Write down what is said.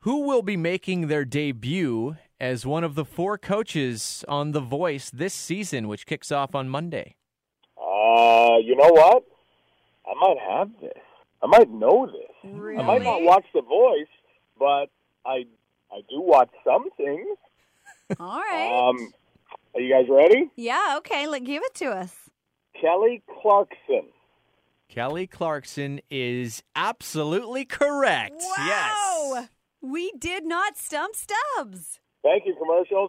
who will be making their debut as one of the four coaches on The Voice this season, which kicks off on Monday? Uh, you know what? I might have this. I might know this. Really? I might not watch The Voice, but I I do watch some things. All right. Um, are you guys ready? yeah, okay. Like, give it to us. Kelly Clarkson. Kelly Clarkson is absolutely correct. Wow. Yes. We did not stump stubs. Thank you, commercials.